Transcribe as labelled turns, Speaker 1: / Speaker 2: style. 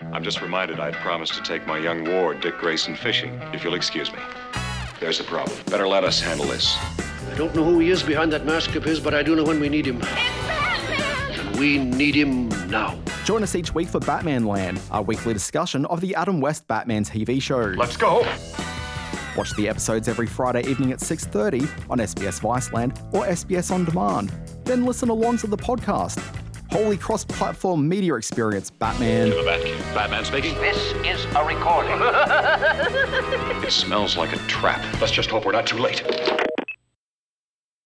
Speaker 1: I'm just reminded I'd promised to take my young ward, Dick Grayson, fishing, if you'll excuse me. There's the problem. Better let us handle this.
Speaker 2: I don't know who he is behind that mask of his, but I do know when we need him. And we need him now.
Speaker 3: Join us each week for Batman Land, our weekly discussion of the Adam West Batman TV show.
Speaker 1: Let's go!
Speaker 3: Watch the episodes every Friday evening at 6:30 on SBS Viceland or SBS On Demand. Then listen along to the podcast. Holy cross-platform media experience, Batman.
Speaker 1: To the Batcave. Batman speaking.
Speaker 4: This is a recording.
Speaker 1: It smells like a trap. Let's just hope we're not too late.